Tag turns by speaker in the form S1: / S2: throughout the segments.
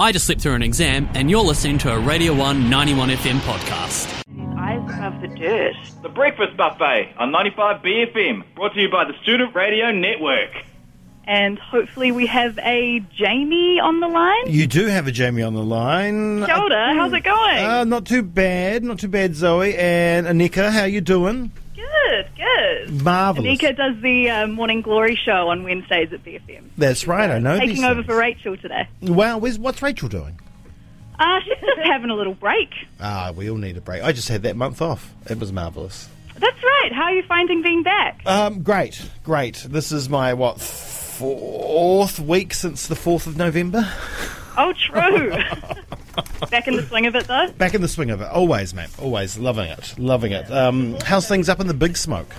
S1: I just slipped through an exam, and you're listening to a Radio 1 91 FM podcast.
S2: Eyes above the dirt.
S3: The Breakfast Buffet on 95 BFM, brought to you by the Student Radio Network.
S2: And hopefully we have a Jamie on the line.
S4: You do have a Jamie on the line.
S2: Shoulder, how's it going?
S4: Uh, not too bad, not too bad, Zoe and Anika. How you doing?
S2: good, good.
S4: Marvelous.
S2: Anika does the uh, Morning Glory show on Wednesdays at BFM.
S4: That's right. I know. these
S2: Taking over
S4: things.
S2: for Rachel today.
S4: Wow. Where's, what's Rachel doing?
S2: Uh, she's just having a little break.
S4: Ah, we all need a break. I just had that month off. It was marvelous.
S2: That's right. How are you finding being back?
S4: Um, great, great. This is my what fourth week since the fourth of November.
S2: Oh, true. back in the swing of it, though.
S4: Back in the swing of it. Always, mate. Always loving it. Loving it. Um, how's things up in the big smoke?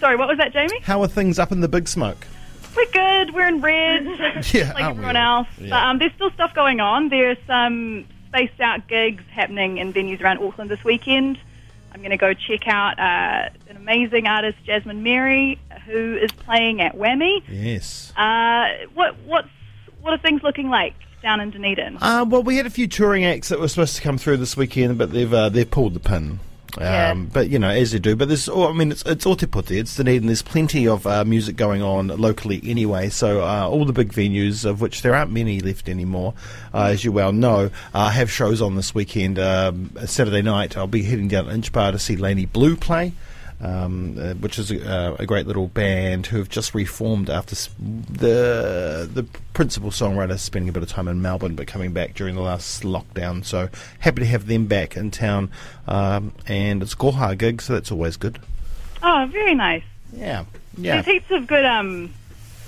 S2: Sorry, what was that, Jamie?
S4: How are things up in the big smoke?
S2: We're good. We're in red.
S4: Yeah,
S2: like
S4: aren't we
S2: everyone
S4: all?
S2: else. But
S4: Yeah.
S2: um, there's still stuff going on. There's some spaced out gigs happening in venues around Auckland this weekend. I'm going to go check out uh, an amazing artist, Jasmine Mary, who is playing at Whammy.
S4: yes.
S2: Uh, what what's what are things looking like down in Dunedin?
S4: Uh, well, we had a few touring acts that were supposed to come through this weekend, but they've uh, they've pulled the pin. Um,
S2: Yeah.
S4: But you know, as you do. But there's, oh, I mean, it's it's Otepote, it's Dunedin. There's plenty of uh, music going on locally anyway. So uh, all the big venues, of which there aren't many left anymore, uh, as you well know, uh, have shows on this weekend. Um, Saturday night, I'll be heading down to Inchbar to see Laney Blue play um, uh, which is a, uh, a great little band who have just reformed after s the the principal songwriter spending a bit of time in Melbourne but coming back during the last lockdown. So happy to have them back in town, um, and it's Goha gig, so that's always good.
S2: Oh, very nice.
S4: Yeah, yeah.
S2: There's heaps of good um,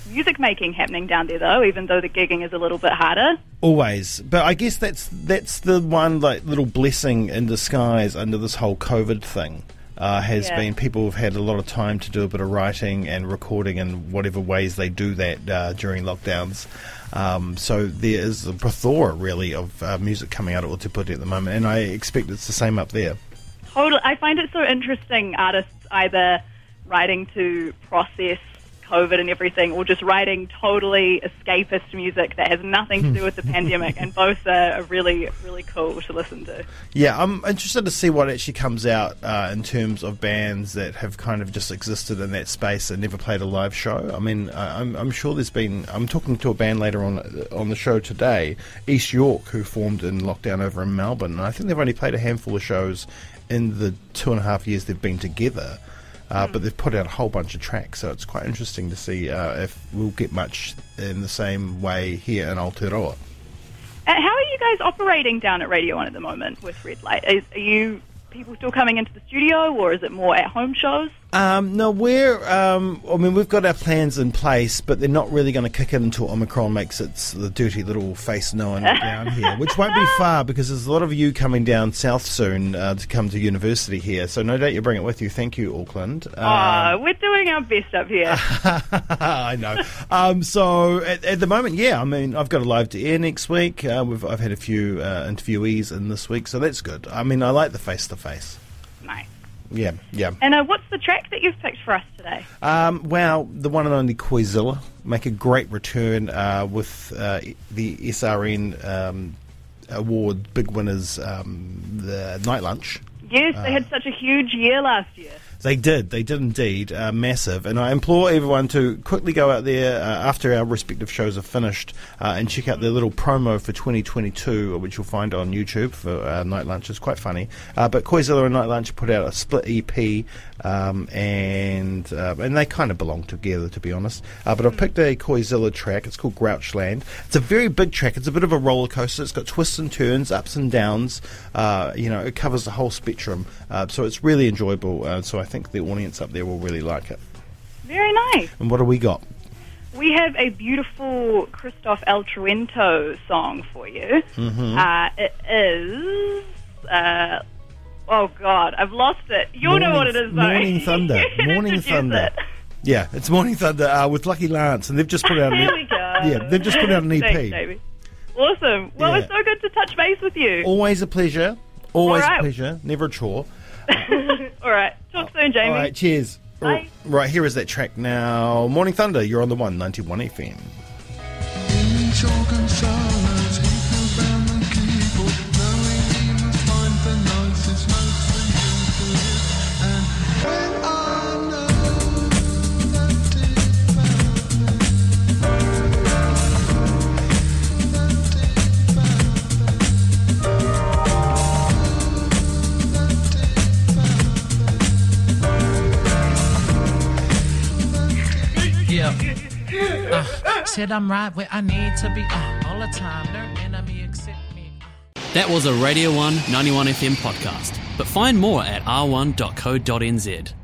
S2: music making happening down there, though. Even though the gigging is a little bit harder.
S4: Always, but I guess that's that's the one like little blessing in disguise under this whole COVID thing. Uh, has
S2: Yeah.
S4: been people have had a lot of time to do a bit of writing and recording in whatever ways they do that uh, during lockdowns. Um, so there is a plethora really of uh, music coming out at Otipoti at the moment, and I expect it's the same up there.
S2: Totally, I find it so interesting. Artists either writing to process COVID and everything, or just writing totally escapist music that has nothing to do with the pandemic. And both are, are really, really cool to listen to. Uh,
S4: Yeah, I'm interested to see what actually comes out uh, in terms of bands that have kind of just existed in that space and never played a live show. I mean, I- I'm, I'm sure there's been. I'm talking to a band later on uh, on the show today, East York, who formed in lockdown over in Melbourne, and I think they've only played a handful of shows in the two and a half years they've been together. Uh, But they've put out a whole bunch of tracks, so it's quite interesting to see uh, if we'll get much in the same way here in Aotearoa.
S2: Uh, how are you guys operating down at Radio One at the moment with Red Light? Is, are you people still coming into the studio, or is it more at home shows?
S4: Um, no, we're. Um, I mean, we've got our plans in place, but they're not really going to kick in until Omicron makes its the dirty little face known down here, which won't be far because there's a lot of you coming down south soon uh, to come to university here. So no doubt you'll bring it with you. Thank you, Auckland.
S2: Uh, we're doing our best up here.
S4: I know. Um, so at, at the moment, yeah, I mean, I've got a live to air next week. Uh, we've, I've had a few uh, interviewees in this week, so that's good. I mean, I like the face to face.
S2: nice.
S4: Yeah, yeah.
S2: And uh, what's the track that you've picked for us today?
S4: Um, well, the one and only Koizilla make a great return uh, with uh, the SRN um, award big winners, um, the night lunch.
S2: Yes, they had such a huge year last year.
S4: They did, they did indeed, uh, massive. And I implore everyone to quickly go out there uh, after our respective shows are finished uh, and check out their little promo for 2022, which you'll find on YouTube for uh, Night Lunch. It's quite funny. Uh, but Koizilla and Night Lunch put out a split EP, um, and uh, and they kind of belong together, to be honest. Uh,
S2: Hmm.
S4: but I've picked a Koizilla track. It's called Grouchland. It's a very big track. It's a bit of a roller coaster. It's got twists and turns, ups and downs. Uh, you know, it covers the whole spectrum. Uh, so it's really enjoyable. Uh, so I think the audience up there will really like it.
S2: Very nice.
S4: And what do we got?
S2: We have a beautiful Christoph El Truento song for you.
S4: Mm-hmm.
S2: Uh, it is. Uh, oh, God, I've lost it. You'll know what it is, though.
S4: Morning Thunder.
S2: You can
S4: Morning
S2: introduce
S4: Thunder.
S2: it.
S4: Yeah, it's Morning Thunder uh, with Lucky Lance, and they've just put out an e-
S2: There we go.
S4: Yeah, they've just put out an E EP.
S2: Thanks, Jamie. Awesome. Well, it's
S4: Yeah.
S2: so good to touch base with you.
S4: Always a pleasure. Always
S2: All right.
S4: a pleasure. Never a chore.
S2: All right. Talk soon, Jamie.
S4: All right, cheers.
S2: Bye.
S4: Right, here is that track now. Morning Thunder, you're on the 191 FM.
S5: Choking silence, he Ah, Said I'm right where I need to be uh, all the time. No enemy except me.
S1: That was a Radio 1 91 FM podcast, but find more at r1.co.nz.